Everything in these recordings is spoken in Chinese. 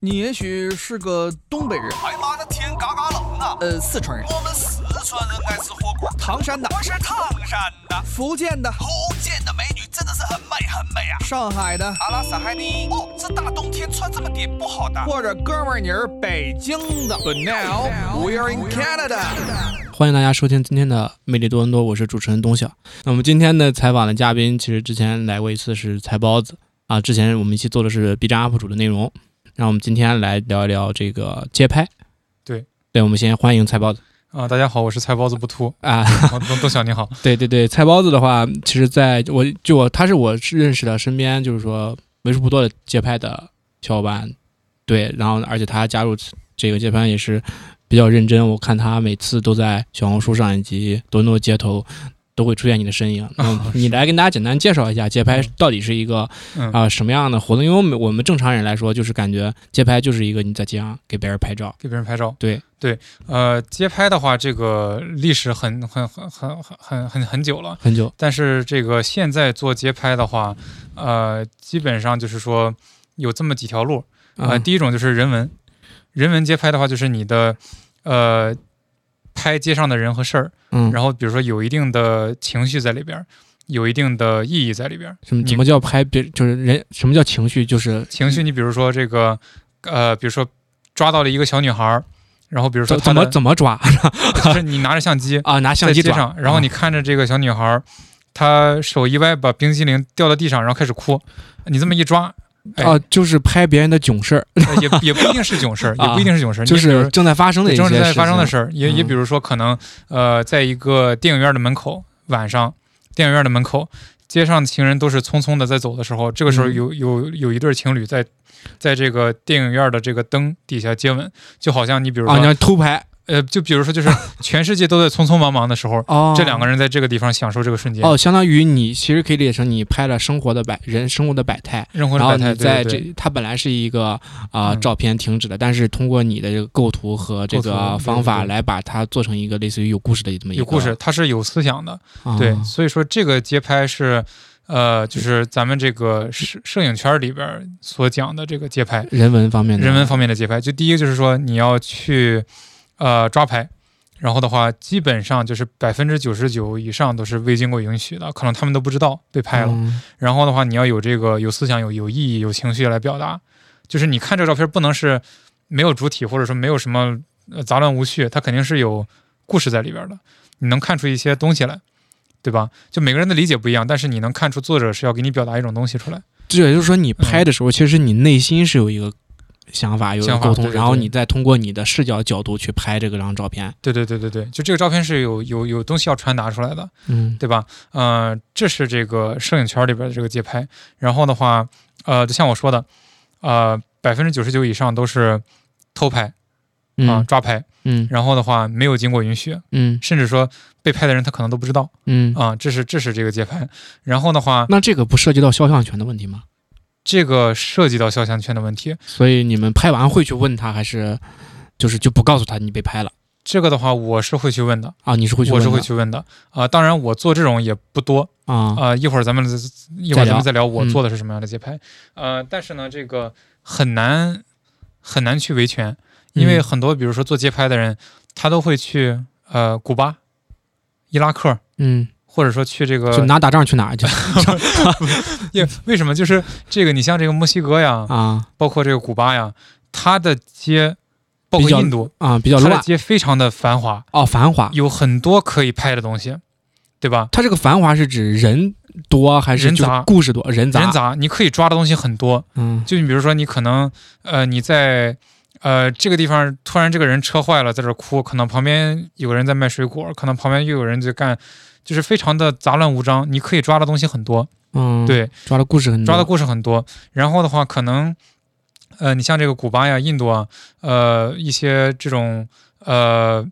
你也许是个东北人，哎妈，那天嘎嘎冷啊！呃，四川人，我们四川人爱吃火锅，啊唐山的，我是唐山的。福建的，福建的美女真的是很美很美啊！上海的，阿拉斯海尼，哦，这大冬天穿这么点不好的。或者哥们儿你是北京的。But now we're in Canada。欢迎大家收听今天的《魅力多伦多》，我是主持人东晓。那我们今天的采访的嘉宾，其实之前来过一次是菜包子啊，之前我们一起做的是 B 站 UP 主的内容。那我们今天来聊一聊这个街拍。对，对，我们先欢迎菜包子 啊、大家好，我是菜包子不秃啊。啊，邓邓晓你好，对对对，菜包子的话，其实在我就我他是我认识的身边就是说为数不多的街拍的小伙伴，对，然后而且他加入这个街拍也是比较认真，我看他每次都在小红书上以及多伦多街头都会出现你的身影。那啊 你来跟大家简单介绍一下街拍到底是一个嗯啊、什么样的活动？因为我们我们正常人来说，就是感觉街拍就是一个你在街上给别人拍照，给别人拍照。对对，呃，街拍的话，这个历史很很很很很很很很久了，很久，但是这个现在做街拍的话，呃，基本上就是说有这么几条路，啊、呃，第一种就是人文，人文街拍的话，就是你的呃拍街上的人和事儿，嗯，然后比如说有一定的情绪在里边儿，有一定的意义在里边儿。什么你什么叫拍别就是人什么叫情绪就是情绪，你比如说这个，呃，比如说抓到了一个小女孩儿，然后比如说怎她怎么的怎么抓 就是你拿着相机啊？拿 相在机街抓上，然后你看着这个小女孩儿，她手一歪把冰激凌掉到地上，然后开始哭，你这么一抓， 哎啊，就是拍别人的囧事儿，呃也也不一定是囧事儿，也不一定是囧事儿，就你比如是正在发生的一些正在事发生的情事儿，也也嗯比如说可能呃，在一个电影院的门口，晚上电影院的门口，街上行人都是匆匆的在走的时候，这个时候嗯有有有一对情侣在在这个电影院的这个灯底下接吻，就好像你比如啊，你说要偷拍呃，就比如说就是 全世界都在匆匆忙忙的时候，哦，这两个人在这个地方享受这个瞬间，哦，相当于你其实可以理解成你拍了生活的百人生活的百态。任何然的百后你态，在对这对，对，它本来是一个啊、嗯照片停止的，但是通过你的这个构图和这构图个对方对法对来把它做成一个类似于有故事的这么一个有故事，，它是有思想的，啊、对，所以说这个街拍是。呃，就是咱们这个摄摄影圈里边儿所讲的这个街拍，人文方面的嗯人文方面的节拍。就第一个就是说你要去呃抓拍，然后的话基本上就是百分之九十九以上都是未经过允许的，可能他们都不知道被拍了。嗯然后的话你要有这个有思想、有有意义、有情绪来表达，就是你看这个照片不能是没有主体或者说没有什么呃杂乱无序，它肯定是有故事在里边的，你能看出一些东西来。对吧？就每个人的理解不一样，但是你能看出作者是要给你表达一种东西出来。这也就是说，你拍的时候，其实你内心是有一个想法，有一嗯个想法沟通，对对然后对你再通过你的视角角度去拍这个张照片。对对对对对，就这个照片是有有有东西要传达出来的。嗯，对吧？呃，这是这个摄影圈里边的这个街拍。然后的话，呃，就像我说的，呃，百分之九十九以上都是偷拍嗯啊、抓拍。嗯然后的话，没有经过允许，嗯甚至说被拍的人他可能都不知道嗯。啊、这是这是这个街拍。然后的话，那这个不涉及到肖像权的问题吗？这个涉及到肖像权的问题。所以你们拍完会去问他，还是就是就不告诉他你被拍了这个的话，我是会去问的，啊？你是会去我问是的会去问的啊、当然，我做这种也不多，啊？啊，一会儿咱们一会再儿聊咱们再聊我嗯做的是什么样的节拍。呃，但是呢，这个很难很难去维权，因为嗯很多比如说做街拍的人，他都会去呃古巴、伊拉克，嗯，或者说去这个就哪打仗 去哪儿去 因为什么？就是这个你像这个墨西哥呀，啊包括这个古巴呀，它的街包比括较印度，啊，比较它的乱街非常的繁华，哦，繁华。有很多可以拍的东西，对吧？它这个繁华是指人多还是人就是杂故事多？人杂，人杂，你可以抓的东西很多，嗯就你比如说，你可能呃你在呃这个地方突然这个人车坏了，在这儿哭，可能旁边有个人在卖水果，可能旁边又有人在干，就是非常的杂乱无章。你可以抓的东西很多，嗯，，对，抓的故事很多抓的故事很多。然后的话，可能呃你像这个古巴呀、印度啊，呃一些这种呃。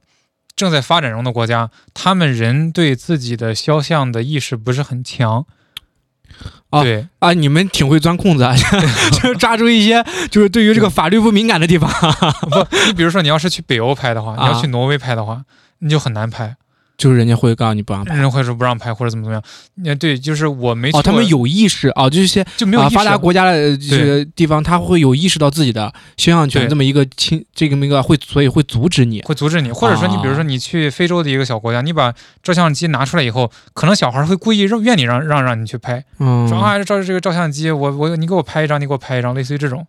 正在发展中的国家，他们人对自己的肖像的意识不是很强，啊对，啊，你们挺会钻空子，啊， 就是抓住一些就是对于这个法律不敏感的地方。 啊你比如说，你要是去北欧拍的话，你要去挪威拍的话，你就很难拍。就是人家会告诉你不让拍。人会说不让拍或者怎么怎么样。那对，就是我没啊哦，他们错有意识哦，就是一些就没有啊，意识发达国家的这个地方，他会有意识到自己的肖像权对这么一个侵，这个一个会，所以会阻止你。会阻止你，或者说啊你比如说你去非洲的一个小国家，你把照相机拿出来以后，可能小孩会故意让愿你让让让你去拍，嗯，说啊照这个照相机，我我你给我拍一张，你给我拍一张，类似于这种。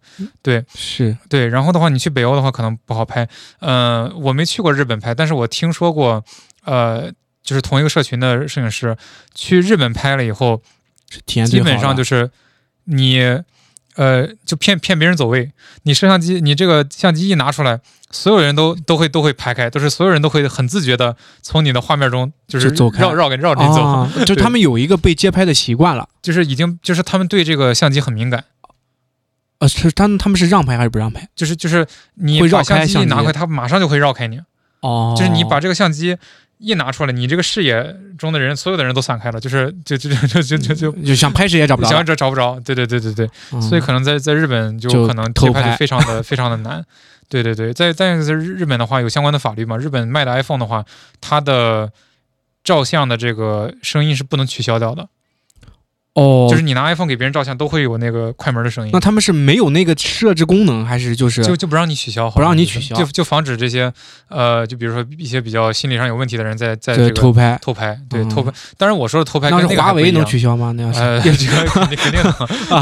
是对，然后的话你去北欧的话可能不好拍，呃，我没去过日本拍，但是我听说过，呃，就是同一个社群的摄影师去日本拍了以后，是体验基本上就是是你，呃，就骗骗别人走位。你摄像机，你这个相机一拿出来，所有人都都会都会排开，都是所有人都会很自觉的从你的画面中就是就走开绕绕给绕着你走，啊，就他们有一个被街拍的习惯了。 就是已经就是他们对这个相机很敏感，呃，是他们他们是让拍还是不让拍？就是就是你会绕把开相机相一拿机回，他马上就会绕开你，哦，就是你把这个相机。一拿出来，你这个视野中的人，所有的人都散开了，就是就就就就就就就想拍谁嗯也找不想着要了，找找不着，对对对对对，嗯所以可能在在日本就就可能偷贴拍拍就非常的 非常的难。对对对，在但是日本的话有相关的法律嘛？日本卖的 iPhone 的话，它的照相的这个声音是不能取消掉的，哦，就是你拿 iPhone 给别人照相都会有那个快门的声音那，他们是没有那个设置功能，还是就是就就不让你取消，不让你取消就就防止这些呃，就比如说一些比较心理上有问题的人在在对这偷个拍？偷拍，对嗯偷拍。当然我说的偷拍跟那那是个还华不为一能样取消吗？那要是呃，这 个肯定肯 定啊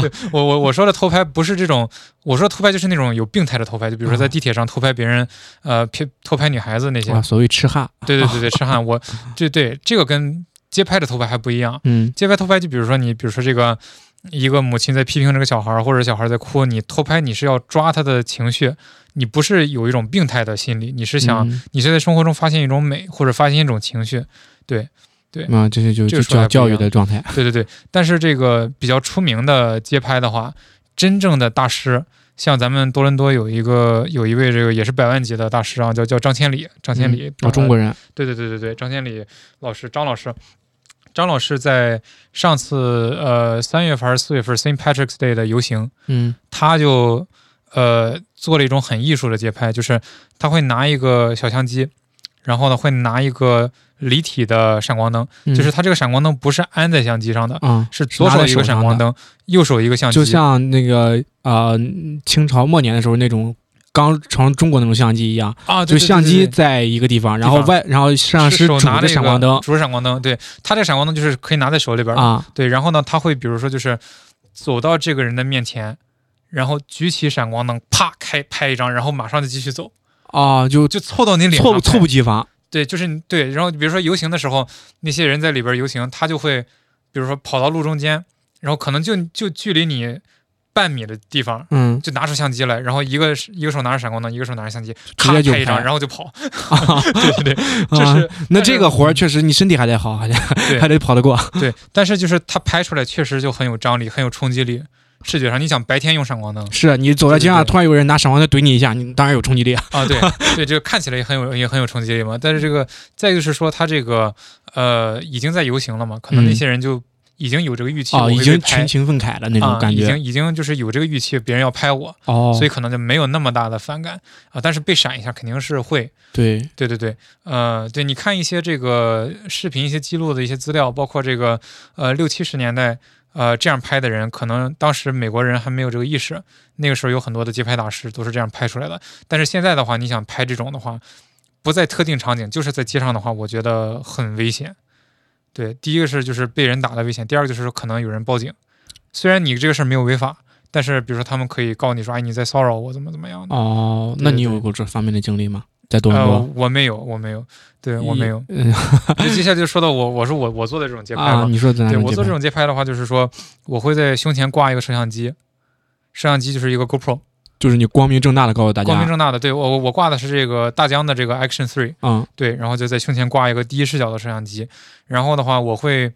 的。对我我我说的偷拍不是这种，我说的偷拍就是那种有病态的偷拍，就比如说在地铁上偷拍别人，呃，骗偷拍女孩子那些嗯哇，。所谓痴汉，对对对 对，痴汉，我对对，这个跟街拍的偷拍还不一样。嗯，街拍偷拍，就比如说你，比如说这个一个母亲在批评这个小孩儿，或者小孩儿在哭，你偷拍你是要抓他的情绪，你不是有一种病态的心理，你是想、嗯你是在生活中发现一种美，或者发现一种情绪。啊，这是就这就个说叫来教不一育样的状态。对对对，但是这个比较出名的街拍的话，真正的大师，像咱们多伦多有一个有一位这个也是百万级的大师啊，叫叫张千里，张千里，哦，中国人，对对对对对，张千里老师，张老师，张老师在上次呃三月份还是四月份 St. Patrick's Day 的游行，嗯，他就呃做了一种很艺术的街拍，就是他会拿一个小相机，然后呢会拿一个离体的闪光灯，嗯就是它这个闪光灯不是安在相机上的，啊，是左手一个闪光灯，右手一个相机，就像那个呃清朝末年的时候那种刚从中国那种相机一样，啊，就对相对机对对在一个地方，然后地方外然后摄像是师手拄拿着那闪光灯主着闪光灯，对，它这个闪光灯就是可以拿在手里边儿，啊，对，然后呢，他会比如说就是走到这个人的面前，然后举起闪光灯，啪开拍一张，然后马上就继续走，哦，就就凑到你脸上猝拍，不猝不及防，对，就是你对，然后比如说游行的时候，那些人在里边儿游行，他就会比如说跑到路中间，然后可能就就距离你半米的地方，嗯，就拿出相机来，然后一个是一个手拿着闪光灯，一个手拿着相机，直咔接就拍一张，拍然后就跑。 对对对，就啊是那但是这个活儿确实你身体还得好，还得对还得跑得过，对，但是就是它拍出来确实就很有张力，很有冲击力。视觉上，你想白天用闪光 灯是啊你走在街上对对对突然有人拿闪光灯怼你一下，你当然有冲击力啊，啊，对对，这个看起来也很有也很有冲击力嘛。但是这个再就是说，它这个呃已经在游行了嘛，可能嗯那些人就已经有这个预期，我哦，会已被经拍群情愤慨了那啊种，感已觉经已经就是有这个预期，别人要拍我，哦所，以可能就没有那么大的反感啊。但是被闪一下肯定是会，对，对对对，呃，对，你看一些这个视频、一些记录的一些资料，包括这个呃六七十年代呃这样拍的人，可能当时美国人还没有这个意识，那个时候有很多的街拍大师都是这样拍出来的。但是现在的话，你想拍这种的话，不在特定场景，就是在街上的话，我觉得很危险。对，第一个是就是被人打的危险，第二个就是可能有人报警。虽然你这个事儿没有违法，但是比如说他们可以告你说，哎，你在骚扰我，怎么怎么样的。哦，嗯对那对你有对过这方面的经历吗？在多伦呃多，，我没有，我没有，对我没有。嗯 就接下来就说到我，我说我我做的这种街拍啊，嘛，你说在哪对种我街做拍这种街拍的话，就是说我会在胸前挂一个摄像机，摄像机就是一个 GoPro，就是你光明正大的告诉大家，光明正大的，对我我我挂的是这个大疆的这个 Action Three，嗯对，然后就在胸前挂一个第一视角的摄像机，然后的话我会，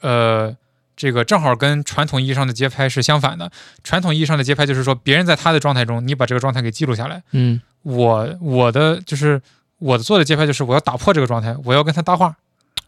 呃。这个正好跟传统意义上的街拍是相反的。传统意义上的街拍就是说，别人在他的状态中，你把这个状态给记录下来。嗯我我的就是我做的街拍就是我要打破这个状态，我要跟他搭话。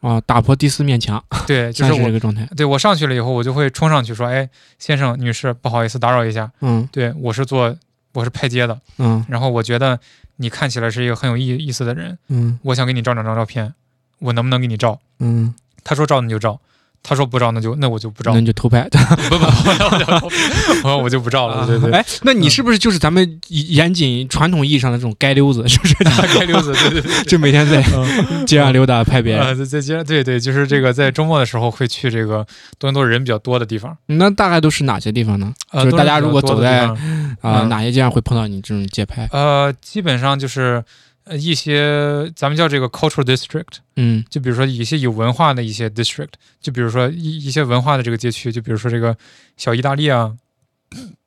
啊，打破第四面墙，对，啊就现是在是我这个状态，对我上去了以后，我就会冲上去说：“哎，先生、女士，不好意思，打扰一下。嗯对我是做我是拍街的，嗯然后我觉得你看起来是一个很有意意思的人，嗯我想给你照两张照片。我能不能给你照？嗯，他说照那就照，他说不照那就那我就不照那，你就偷拍。不不不， 我就不照了，对对嗯对，哎，那你是不是就是咱们严谨传统意义上的这种街溜子， 就是大概溜子，对对 对，就每天在嗯 街上溜达拍别人？啊，在在街上，对对，就是这个，在周末的时候会去这个多伦多人比较多的地方，那大概都是哪些地方呢？呃，就是大家多伦如果多走的地在方啊、嗯哪些街上会碰到你这种街拍？呃，基本上就是呃一些咱们叫这个 cultural district，嗯就比如说一些有文化的一些 district，就比如说一一些文化的这个街区，就比如说这个小意大利啊，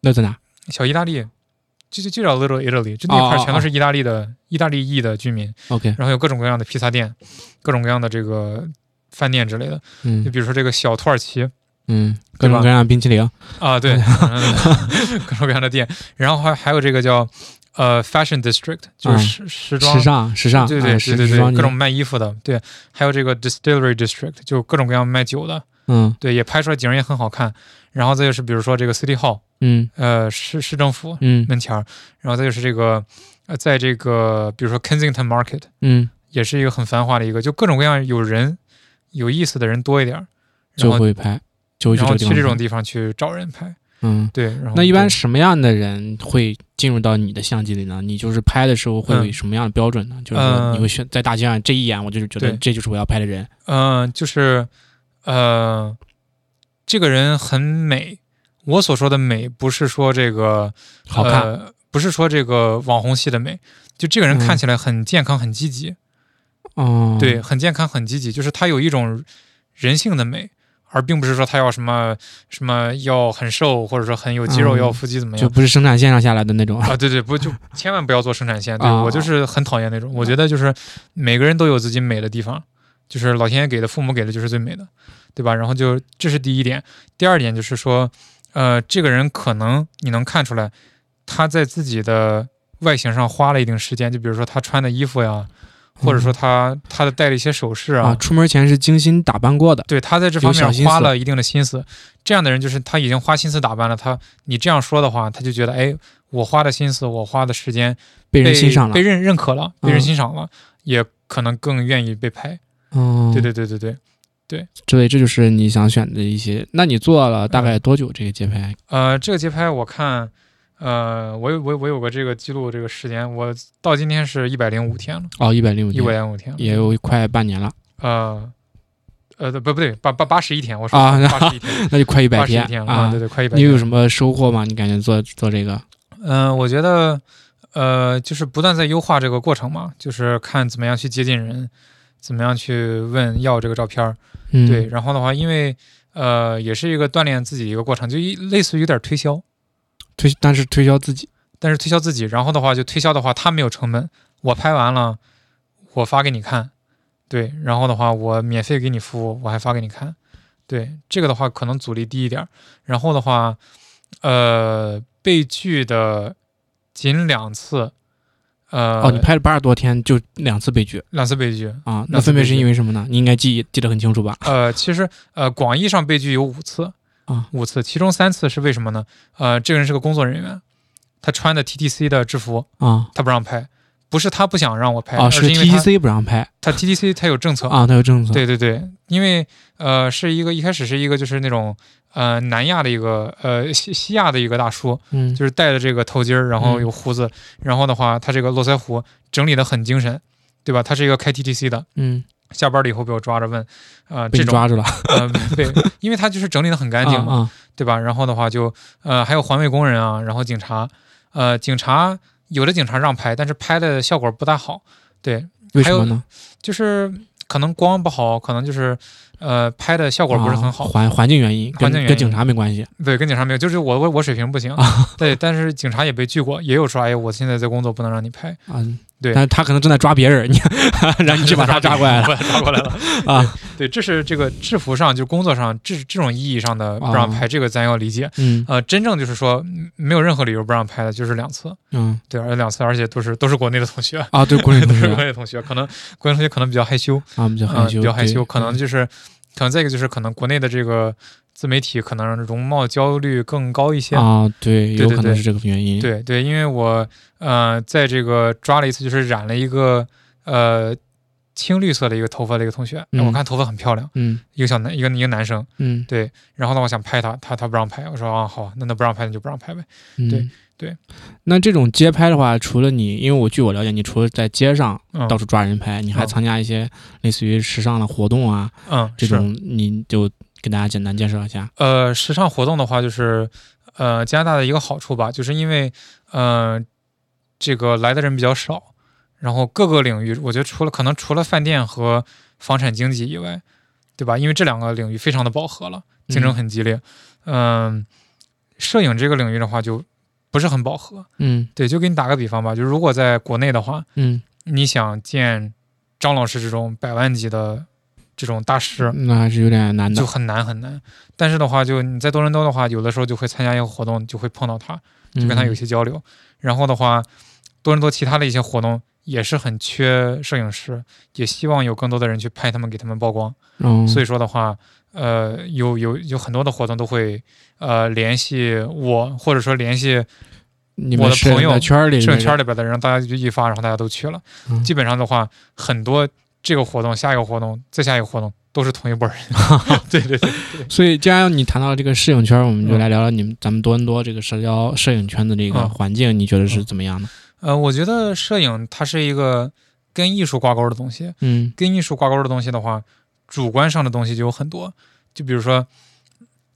那在哪？小意大利，就就就叫 Little Italy，就那块哦哦儿全都哦是意大利的、意大利裔的居民， OK，然后有各种各样的披萨店，各种各样的这个饭店之类的，就嗯比如说这个小土耳其嗯，各种吧各样的冰淇淋，啊，对，嗯 各种各样的店，然后还还有这个叫呃 Fashion District，就嗯是时、时装时尚时尚，对对啊对时对时对，装各街种卖衣服的，对，还有这个 distillery district，就各种各样卖酒的，嗯对，也拍出来景儿也很好看。然后再就是比如说这个 city hall，嗯呃，市市政府嗯门前儿，然后再就是这个，呃，在这个比如说 Kensington Market，嗯，也是一个很繁华的一个，就各种各样有人有意思的人多一点儿，然就后会拍，就会去然后这去这个地种方拍地方去找人拍，嗯。对，然后那一般对什么样的人会进入到你的相机里呢？你就是拍的时候会嗯有呃什么样的标准呢？就是说你会选在大街上这一眼，我就是觉得对这就是我要拍的人。嗯、就是呃，这个人很美。我所说的美，不是说这个好看，呃不是说这个网红系的美，就这个人嗯看起来很健康、很积极，哦，对，，很健康、很积极，就是他有一种人性的美，而并不是说他要什么什么要很瘦，或者说很有肌肉、嗯要腹肌怎么就样。不是生产线上下来的那 种。啊，对对，不就千万不要做生产线，对、啊我就是很讨厌那种。我觉得就是每个人都有自己美的地方，就是老天爷给的、父母给的就是最美的，对吧？然后就这是第一点，第二点就是说，呃，这个人可能你能看出来他在自己的外形上花了一定时间，就比如说他穿的衣服呀，或者说他他的戴的一些首饰嗯啊，啊，出门前是精心打扮过的。对他在这有方小心面思花了一定的心思。这样的人就是他已经花心思打扮了，他你这样说的话，他就觉得哎，我花的心思，我花的时间被人欣赏了被，认认可了，嗯被人欣赏了，也可能更愿意被拍。嗯，对对对对对，所以这就是你想选的一些。那你做了大嗯概多久这个街拍？呃，这个街拍我看，呃，我有我有我有个这个记录这个时间，我到今天是一百零五天了，哦，一百零五一天百，零五天了，也有快半年了，呃。呃，不不对，八八八十一天，我说啊八十一天，那就 快一百八十一天了，啊对。对，快一百。你有什么收获吗？你感觉做做这个？嗯、我觉得，呃，就是不断在优化这个过程嘛，就是看怎么样去接近人，怎么样去问要这个照片儿，嗯，对。，然后的话，因为呃，也是一个锻炼自己的一个过程，就一类似于有点推销，推但是推销自己，但是推销自己，然后的话就推销的话，他没有成本，我拍完了，我发给你看，对，然后的话我免费给你服务，我还发给你看，对，这个的话可能阻力低一点儿，然后的话，呃，被拒的仅两次，呃，哦，你拍了八十多天，就两次被拒两次被拒，啊？那两次分别被是拒因为什么呢？你应该记记得很清楚吧？呃，其实呃，广义上被拒有五次啊五次，其中三次是为什么呢？呃，这个人是个工作人员，他穿的 TTC 的制服，啊他不让拍，不是他不想让我拍，啊，而是因为他 TTC 不让拍他 TTC 他有政策，啊，它有政策。对对对，因为呃是一个一开始是一个就是那种呃南亚的一个呃西西亚的一个大叔，嗯，就是戴着这个头巾儿，然后嗯有胡子，然后的话他这个络腮胡整理的很精神，对吧？他是一个开 TTC 的，嗯，下班了以后被我抓着问，呃被这你种抓住了，呃对，因为他就是整理的很干净嘛，啊啊，对吧？然后的话就呃还有环卫工人啊，然后警察，呃警察有的警察让拍，但是拍的效果不大好，对，为还什有么呢？就是可能光不好，可能就是呃拍的效果不是很好。啊环环境原因，跟环境原因跟警察没关系对，跟警察没有，就是我我我水平不行。啊对，但是警察也被拒过，也有说，哎，我现在在工作，不能让你拍。啊。对但是他可能正在抓别 人，你让你去把他抓过来了把 他抓过来了。啊。对，这是这个制服上，就工作上这这种意义上的啊不让拍，这个咱要理解。嗯呃，真正就是说嗯没有任何理由不让拍的，就是两次，嗯对，而且两次，而且都是都是国内的同学，啊，对，国内 都同学是国内的同学，可能国内同学可能比较害羞，啊，比较害羞，嗯、比较害对羞，可能嗯就是，可能再一个就是，可能国内的这个自媒体可能容貌焦虑更高一些。啊，对，对有对可能对是这个原因。对对，因为我呃，在这个抓了一次，就是染了一个呃青绿色的一个头发的一个同学，嗯我看头发很漂亮，嗯一个小男一个一个男生，嗯，对，然后呢，我想拍他，他他不让拍，我说啊好，那那不让拍那就不让拍呗，嗯对对。那这种街拍的话，除了你，因为我据我了解，你除了在街上嗯到处抓人拍，你还嗯参加一些类似于时尚的活动啊，嗯这是种你就给大家简单介绍一下。呃，时尚活动的话，就是呃，加拿大的一个好处吧，就是因为呃，这个来的人比较少，然后各个领域，我觉得除了可能除了饭店和房产经济以外，对吧？因为这两个领域非常的饱和了，竞争很激烈。嗯、摄影这个领域的话，就不是很饱和。嗯对，就给你打个比方吧，就是如果在国内的话，嗯，你想见张老师这种百万级的这种大师，那还是有点难的就。很难很难。但是的话，就你在多伦多的话，有的时候就会参加一个活动，就会碰到他，嗯就跟他有一些交流。然后的话，多伦多其他的一些活动也是很缺摄影师，也希望有更多的人去拍他们，给他们曝光。嗯，嗯，所以以说的话，呃，有有有很多的活动都会呃联系我，或者说联系你我们的摄朋影友的圈儿里摄面影圈里边的人，大家就一发，然后大家都去了。嗯基本上的话，很多这个活动、下一个活动、再下一个活动都是同一波 人。对对对。所以，既然你谈到这个摄影圈儿，我们就嗯来聊聊你们咱们多伦多这个社交摄影圈子这个嗯环境，你觉得是怎么样的？呃，我觉得摄影它是一个跟艺术挂钩的东西，嗯跟艺术挂钩的东西的话，主观上的东西就有很多。就比如说，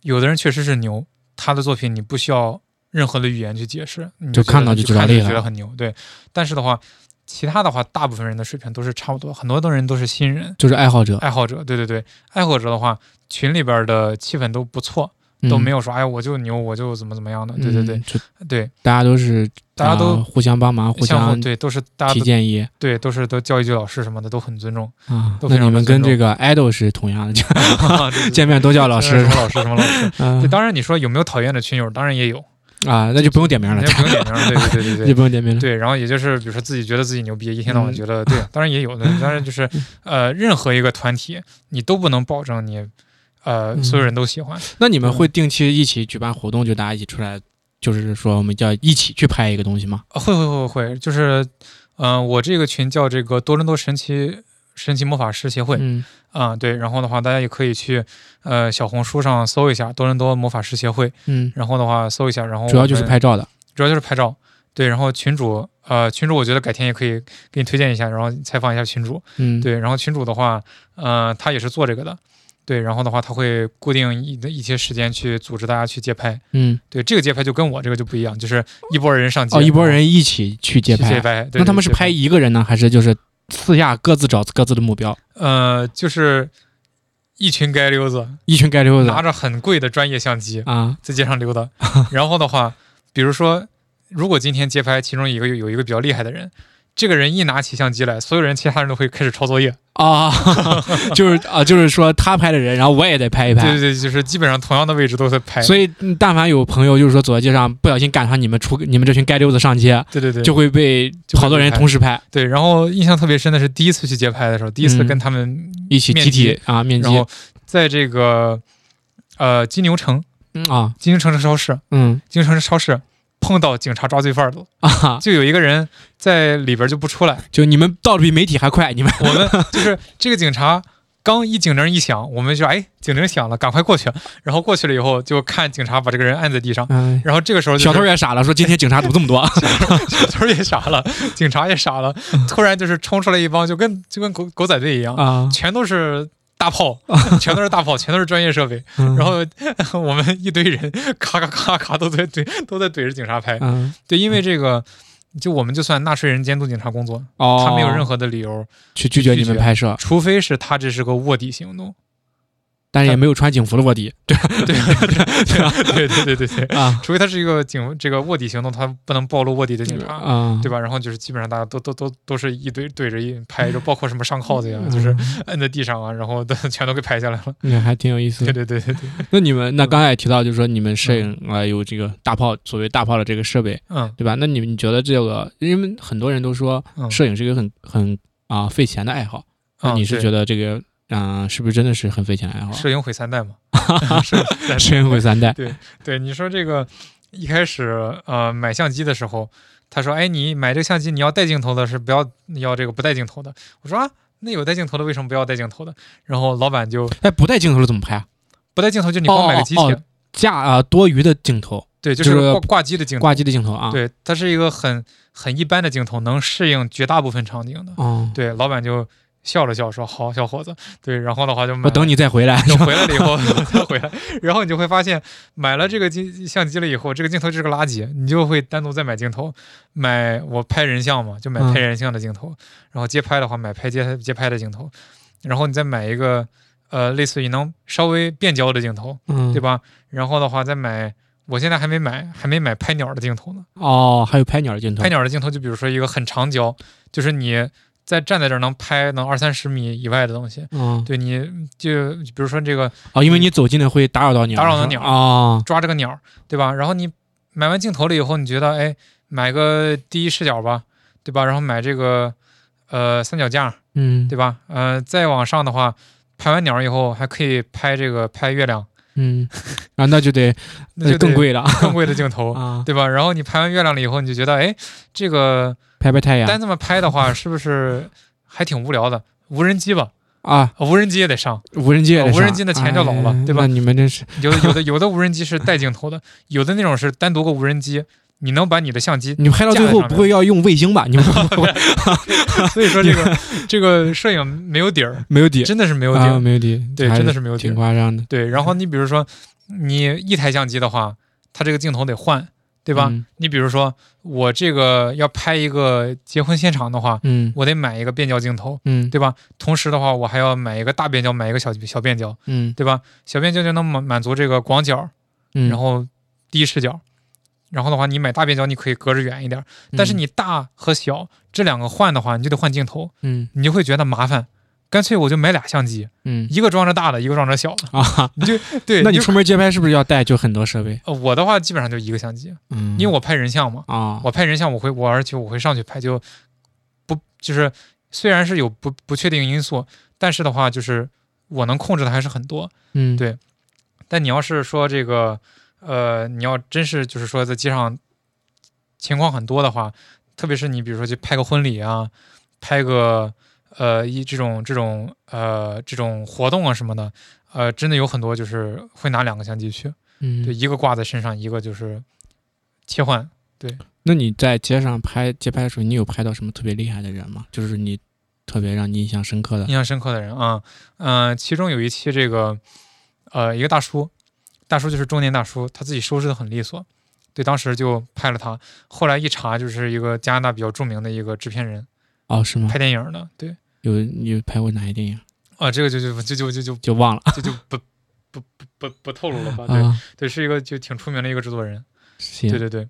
有的人确实是牛，他的作品你不需要任何的语言去解释，你就觉看得到就就知道看厉觉害得很牛。对，但是的话，其他的话，大部分人的水平都是差不多，很多的人都是新人。就是爱好者爱好者，对对对，爱好者的话，群里边的气氛都不错，都没有，有说，哎，我就牛，我就怎么怎么样的，嗯对对对、，就对，大家都是大家都啊互相帮忙，互相互相对，都是大家提都建议对，都是都教育局老师什么的都很尊 重。啊。都那非常你地们尊跟重这个 idol 是同样的，就对见面都叫老师什么老师什么老师。啊对，当然你说有没有讨厌的群友，当然也有，啊，那就不用点名了人，家不用点名 儿。对对对对就对。不用点名了。对，然后也就是比如说自己觉得自己牛逼，一天到晚嗯觉得、对，当然也有的，当然就是呃，任何一个团体你都不能保证你呃嗯所有人都喜欢。那你们会定期一起举办活动，就大家一起出来，就是说我们要一起去拍一个东西吗？呃会会会会，就是嗯、呃我这个群叫这个多伦多神奇神奇魔法师协会，嗯啊、对，然后的话，大家也可以去呃小红书上搜一下多伦多魔法师协会，嗯，然后的话搜一下，然后主要我就是们拍照的。主要就是拍照。对，然后群主，呃，群主我觉得改天也可以给你推荐一下，然后采访一下群主。嗯，，对，然后群主的话，呃，他也是做这个的。对，然后的话，他会固定一一些时间去组织大家去街拍。嗯，对，这个街拍就跟我这个就不一样，就是一拨人上街，哦，一拨人一起去街去街拍。拍。对那他们是对街拍一个人呢，还是就是私下各自找各自的目标？呃，就是一群街溜子一群街溜子拿着很贵的专业相机，啊，在街上溜 达。然后的话，比如说，如果今天街拍其中一个有有一个比较厉害的人，这个人一拿起相机来，所有人其他人都会开始抄作业。啊， 就是啊，就是说他拍的人，然后我也得拍一对对拍。对，就是基本上同样的位置都在拍。所以，嗯但凡有朋友就是说走在街上不小心赶上你们出你们这群街溜子上街，对对对，就会被就会好多被人拍同时拍，对。然后印象特别深的是第一次去街拍的时候，第一次嗯跟他们，一起面集体积啊面积然后在这个呃金牛城，嗯啊金牛城是超市，嗯金牛城是超市。碰到警察抓罪犯了，啊，就有一个人在里边就不出来。就你们到的比媒体还快，你们我们就是这个警察刚一警铃一响，我们就哎警铃响了，赶快过去。然后过去了以后，就看警察把这个人按在地上。哎然后这个时候、就是、 小偷也傻了，说今天警察怎么这 么啊多？小偷也傻了，警察也傻了。突然就是冲出来一帮，就跟就跟狗狗仔队一样，啊，全都是大炮，全都是大炮，全都是专业设 备。然然后 我们一堆人咔咔咔咔都在怼，都在怼着警察拍。嗯对，因为这个，就我们就算纳税人监督警察工作，哦，他没有任何的理由，去拒绝你们拍摄，除非是他这是个卧底行动。但是也没有穿警服的卧底对对对对对 对对，啊除非他是一个警这个卧底行动，他不能暴露卧底的警察，啊，对吧？然后就是基本上大家都都都都是一堆对着一拍， 就包括什么上铐子呀，就是摁在地上啊，然后都全都给拍下来了。嗯那还挺有意思对嗯的。对对对对，那你们那刚才也提到，就是说你们摄影啊、呃有这个大炮，所谓大炮的这个设备， 嗯对吧？那你们你觉得这个，因为很多人都说嗯，摄影是一个很很啊、费钱的爱好，那嗯你是对觉得这个嗯、呃是不是真的是很费钱的爱好？摄影毁三代 嘛？摄影毁 三代摄影毁三代，对你说这个一开始呃买相机的时候，他说哎你买这个相机你要带镜头的是不要要这个不带镜头的，我说啊。那有带镜头的为什么不要带镜头的？然后老板就 哎，不带镜头的怎么拍啊？不带镜头，就你光买个机器，哦哦哦架啊、多余的镜头，对，就就是是挂挂机的镜头，挂机的镜头啊。，对，它是一个很很一般的镜头，能适应绝大部分场景的。哦，对，老板就笑了笑说：“好，小伙子。”对，然后的话就买我等你再回来。等回来了以后 再回来，然后你就会发现，买了这个机相机了以后，这个镜头就是个垃圾，你就会单独再买镜头，买我拍人像嘛，就买嗯拍人像的镜头，然后街拍的话买拍街街拍的镜头，然后你再买一个呃类似于能稍微变焦的镜头，嗯，对？吧？然后的话再买，我现在还没买，还没买拍鸟的镜头呢。哦，还有拍鸟的镜头。拍鸟的镜头，就比如说一个很长焦，就是你在站在这儿能拍能二三十米以外的东西。嗯，对你就比如说这个哦，因为你走近了会打扰到鸟，打扰到鸟是吧哦，抓这个鸟，对吧？然后你买完镜头了以后，你觉得哎，买个第一视角吧，对吧？然后买这个呃三脚架，嗯，对吧？呃，再往上的话，拍完鸟以后还可以拍这个拍月亮，嗯，啊，那就得 那就更得哦贵了更贵的 镜头，啊，对吧？然后你拍完月亮了以后，你就觉得哎，这个拍拍太阳单这么拍的话，是不是还挺无聊的？无人机吧，啊，呃无人机也得上，无人机也得上哦无人机的钱就老了哎对吧那你们真是有的有的有的无人机是带镜头的，有的那种是单独个无人机，你能把你的相 机你们拍到最后不会要用卫星吧？你们 所以说这个这个摄影没有底儿，没有底，真的是没有底啊，儿。没有底，对还真的是没有底挺夸张的，对，然后你比如说你一台相机的话，它这个镜头得换，对吧？嗯你比如说我这个要拍一个结婚现场的话，嗯我得买一个变焦镜头，嗯对吧？同时的话，我还要买一个大变焦，买一个小小变焦，嗯对吧？小变焦就能满满足这个广角，嗯，然后第一视角。然后的话，你买大变焦，你可以隔着远一点儿，嗯但是你大和小这两个换的话，你就得换镜头。嗯你就会觉得麻烦，干脆我就买俩相机，嗯一个装着大的，一个装着小的。啊，你就对， 那你就出门街拍是不是要带就很多设备？呃我的话基本上就一个相机，嗯，因为我拍人像嘛，啊，我拍人像我会我而且我会上去拍，就不就是虽然是有不不确定因素，但是的话就是我能控制的还是很多。嗯对但你要是说这个呃，你要真是就是说在街上情况很多的话，特别是你比如说去拍个婚礼啊，拍个呃一这种这种呃这种活动啊什么的，呃，真的有很多就是会拿两个相机去，嗯对，一个挂在身上，一个就是切换。那你在街上拍街拍的时候，你有拍到什么特别厉害的人吗？就是你特别让你印象深刻的印象深刻的人啊，嗯、其中有一期这个呃一个大叔，大叔就是中年大叔，他自己收拾的很利索，对，当时就拍了他。后来一查，就是一个加拿大比较著名的一个制片人，哦，是吗拍？电影的，对，有你有拍过哪些电影？啊，这个就就就就就就就忘了就就不不不不不透露了吧，对啊。对，是一个就挺出名的一个制作人，行，对对对，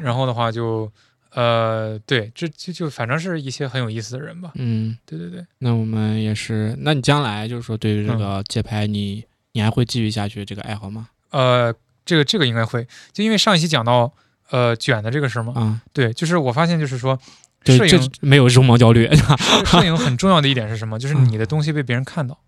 然后的话就。呃，对，这就就反正是一些很有意思的人吧，嗯，对对对，那我们也是。那你将来就是说，对于嗯这个街拍，你你还会继续下去这个爱好吗？呃，这个这个应该会，就因为上一期讲到呃卷的这个事儿嘛，啊，对，就是我发现就是说，对摄，这影没有容貌焦 虑摄摄影很重要的一点是什么？就是你的东西被别人看到，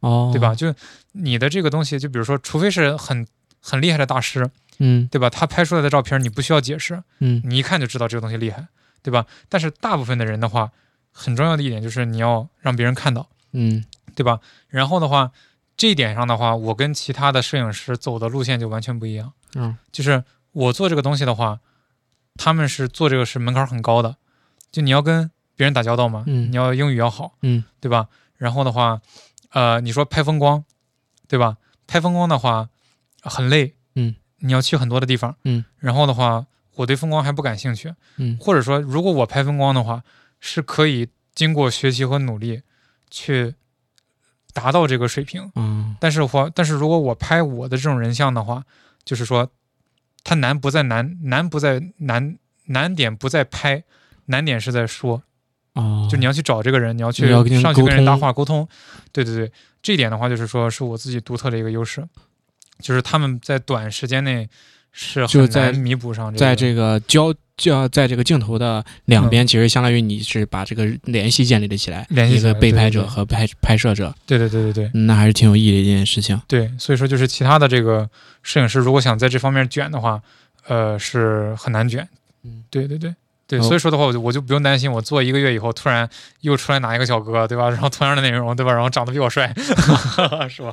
嗯哦，对吧？？就你的这个东西，就比如说，除非是很很厉害的大师，嗯对吧？他拍出来的照片你不需要解释，嗯你一看就知道这个东西厉害，对吧？但是大部分的人的话，很重要的一点就是你要让别人看到，嗯对吧？然后的话，这一点上的话，我跟其他的摄影师走的路线就完全不一样。嗯就是我做这个东西的话，他们是做这个是门槛很高的，就你要跟别人打交道嘛，嗯你要英语要好，嗯，对吧？然后的话，呃，你说拍风光，对吧？拍风光的话很累，嗯，你要去很多的地方，嗯，然后的话，我对风光还不感兴趣，嗯或者说如果我拍风光的话，是可以经过学习和努力去达到这个水平，啊但是话，但是如果我拍我的这种人像的话，就是说，它难不在难，难不在难，难点不在拍，难点是在说，哦，就你要去找这个人，你要去你要跟人上去跟人沟搭通话沟通。对对对，这一点的话，就是说是我自己独特的一个优势，就是他们在短时间内是就很在难弥补上这个。在这个焦焦在这个镜头的两边，其实相当于你是把这个嗯联系建立了起来，联系一起来个被对拍对者对和拍拍摄者，对对对对对嗯那还是挺有意义的一件事情。对，所以说就是其他的这个摄影师，如果想在这方面卷的话，呃，是很难卷嗯。对对对。对，哦所以说的话，我就我就不用担心，我做一个月以后，突然又出来哪一个小哥，对吧？然后同样的内容，对吧？然后长得比我 帅，是吧？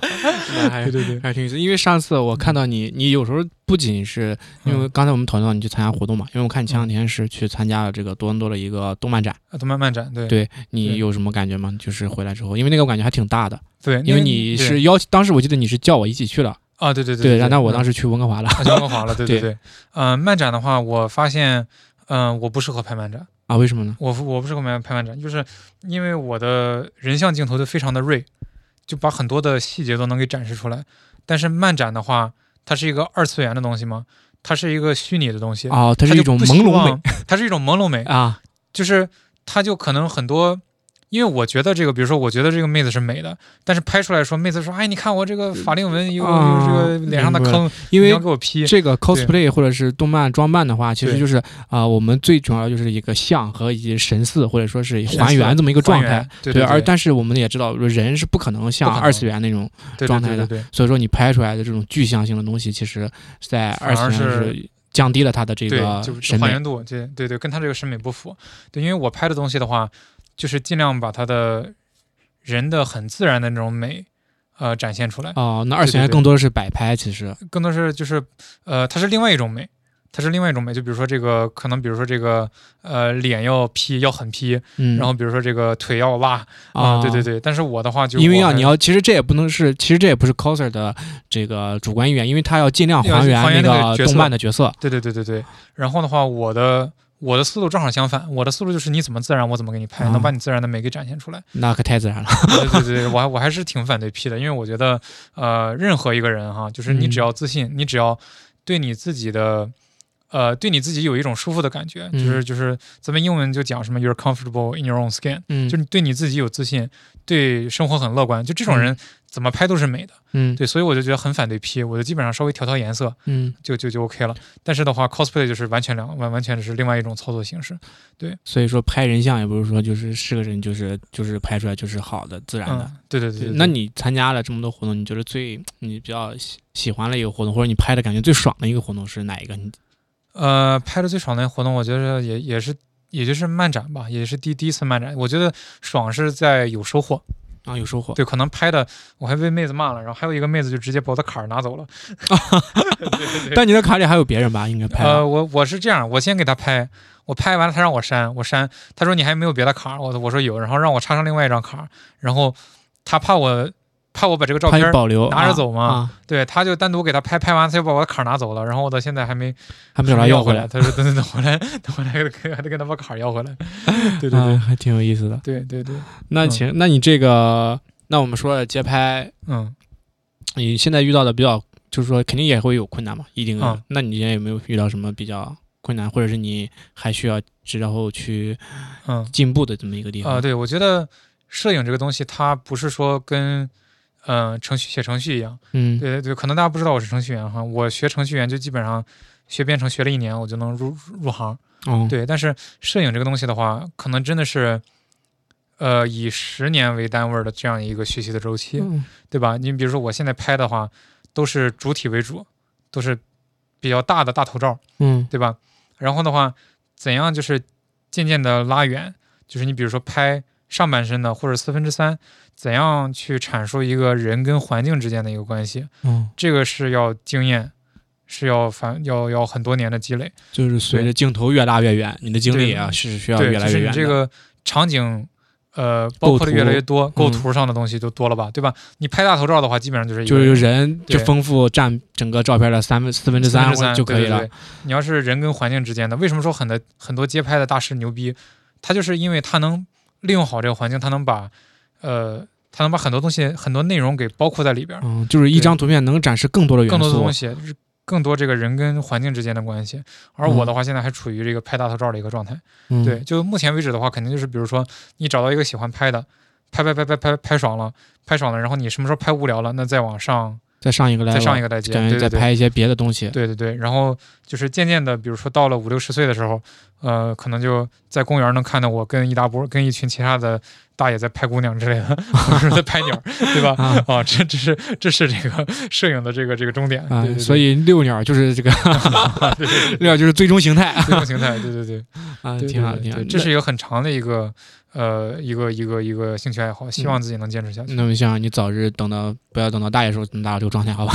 对对嗯对，还挺有意思。因为上次我看到你，你有时候不仅是因为刚才我们讨论到你去参加活动嘛，因为我看你前两天是去参加了这个多伦多的一个动漫展，动漫漫展，对对你对有什么感觉吗？就是回来之后，因为那个我感觉还挺大的，对，因为那你对是邀，当时我记得你是叫我一起去了，啊，对对对，嗯然后那我当时。当时去温哥华了啊，温哥 华了，对对对。嗯、漫展的话，我发现，嗯、我不适合拍漫展，啊，为什么呢？我我不适合拍拍漫展，就是因为我的人像镜头就非常的锐，就把很多的细节都能给展示出来。但是漫展的话，它是一个二次元的东西嘛，它是一个虚拟的东西，哦，它它是就一种不朦希胧望美它是一种朦胧 美， 啊，就是它就可能很多。因为我觉得这个，比如说，我觉得这个妹子是美的，但是拍出来说，妹子说：“哎，你看我这个法令纹，有有这个脸上的啊明白坑，你因为要给我 P。”这个 cosplay 或者是动漫装扮的话，其实对就是啊、我们最主要就是一个像和以及神似或者说是神还似原这么一个状还原态。对对，对而对但是我们也知道，人是不可能像不可能二次元那种，对状态的对对对所以说你拍出来的这种具象性的东西，其实在反二而次元就是降低了它的这对对个就就审还美原度，对对对，跟他这个审美不符。对，因为我拍的东西的话，就是尽量把他的人的很自然的那种美，呃，展现出来。哦。那二次元对对对更多的是摆拍，其实更多是就是，呃，它是另外一种美，它是另外一种美。就比如说这个，可能比如说这个，呃，脸要 P 要很 P，嗯，然后比如说这个腿要拉啊、啊，对对。对。但是我的话就因为我要还你要，其实这也不能是，其实这也不是 coser 的这个主观意愿，因为他要尽量要还还原原那那个个角动色漫的角色对对对对对。然后的话，我的我的思路正好相反，我的思路就是你怎么自然，我怎么给你啊拍，能把你自然的美给展现出来。那可太自然了。对对对，我还我还是挺反对 P 的，因为我觉得，呃，任何一个人哈，就是你嗯只要自信，你只要对你自己的，呃，对你自己有一种舒服的感觉，就是嗯就是咱们英文就讲什么 you're comfortable in your own skin，嗯，就是你对你自己有自信，对生活很乐观，就这种人怎么拍都是美的。嗯对，所以我就觉得很反对 P，我就基本上稍微调调颜色嗯，就就就 OK 了。但是的话，cosplay 就是完全两完完全是另外一种操作形式。所以说拍人像也不是说就是是个人就是就是拍出来就是好的自然的。嗯，对对对对那你参加了这么多活动，你觉得最你比较喜喜欢的一个活动，或者你拍的感觉最爽的一个活动是哪一个？你呃，拍的最爽的活动，我觉得也也是，也就是漫展吧，也是第第一次漫展。我觉得爽是在有收获，啊有收获？对，可能拍的我还被妹子骂了，然后还有一个妹子就直接把我的卡儿拿走了。但你的卡里还有别人吧？应该拍啊了呃，我我是这样，我先给她拍，我拍完了她让我删，我删，她说你还没有别的卡儿，我我说有，然后让我插上另外一张卡儿，然后她怕我怕我把这个照他片有儿，保留拿着走吗啊，对，她就单独给她拍，拍完她就把我的卡儿拿走了，然后我到现在还没还没有来要回来，。她说等等等回来 等回来还得还得跟她把卡儿要 回来，对对对。啊，还挺有意思的。对对对，那嗯行，那你这个，那我们说了街拍，嗯，你现在遇到的比较，就是说肯定也会有困难嘛，一定的。嗯那你现在有没有遇到什么比较困难，或者是你还需要之后去嗯进步的这么一个地方？啊，对，我觉得摄影这个东西，它不是说跟嗯、呃程序写程序一样，嗯，对对，可能大家不知道我是程序员哈，我学程序员就基本上学编程学了一年，我就能入入行。哦，对，但是摄影这个东西的话，可能真的是。呃，以十年为单位的这样一个学习的周期，嗯，对吧？你比如说我现在拍的话，都是主体为主，都是比较大的大头照，嗯，对吧？然后的话，怎样就是渐渐的拉远，就是你比如说拍上半身的或者四分之三，怎样去阐述一个人跟环境之间的一个关系，嗯，这个是要经验，是要反要要很多年的积累，就是随着镜头越拉越远，你的精力啊对是需要对，越就来越是远你的。这个场景。呃，包构括的越来越图多，构嗯图上的东西就多了吧，对吧？你拍大头照的话，基本上就是一个就是人就对丰富占整个照片的三分四分之三三或就可以了对对对。你要是人跟环境之间的，为什么说很多很多街拍的大师牛逼？他就是因为他能利用好这个环境，他能把呃，他能把很多东西、很多内容给包括在里边儿，嗯，就是一张图片能展示更多的元素。更多的东西，就是更多这个人跟环境之间的关系。而我的话，现在还处于这个拍大头照的一个状态。嗯、对，就目前为止的话，肯定就是比如说你找到一个喜欢拍的，拍拍拍拍拍拍爽了，拍爽了，然后你什么时候拍无聊了，那再往上再上一个 level，再上一个台阶，感觉对再对对拍一些别的东西。对对对，然后就是渐渐的，比如说到了五六十岁的时候，呃，可能就在公园能看到我跟一大波、跟一群其他的大爷在拍姑娘之类的，或者说在拍鸟儿，对吧？啊，这这是这是这个 摄影的这个这个终点，啊对对，对所以遛鸟就是这个 对对 对遛鸟就是最终形 态最终形态，对 对对，啊，对挺好对的，对挺好对的。这是一个很长的一个呃一个一个一个兴趣爱好，希嗯望自己能坚持下去。那么希望你早日等到，不要等到大爷时候这么大这个状态，好吧？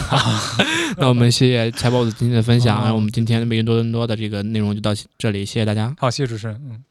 那我们谢谢财宝子今天的分享， 嗯然后我们今天的美云多伦多的这个内容就到这里，谢谢大家。好，谢谢主持人，嗯。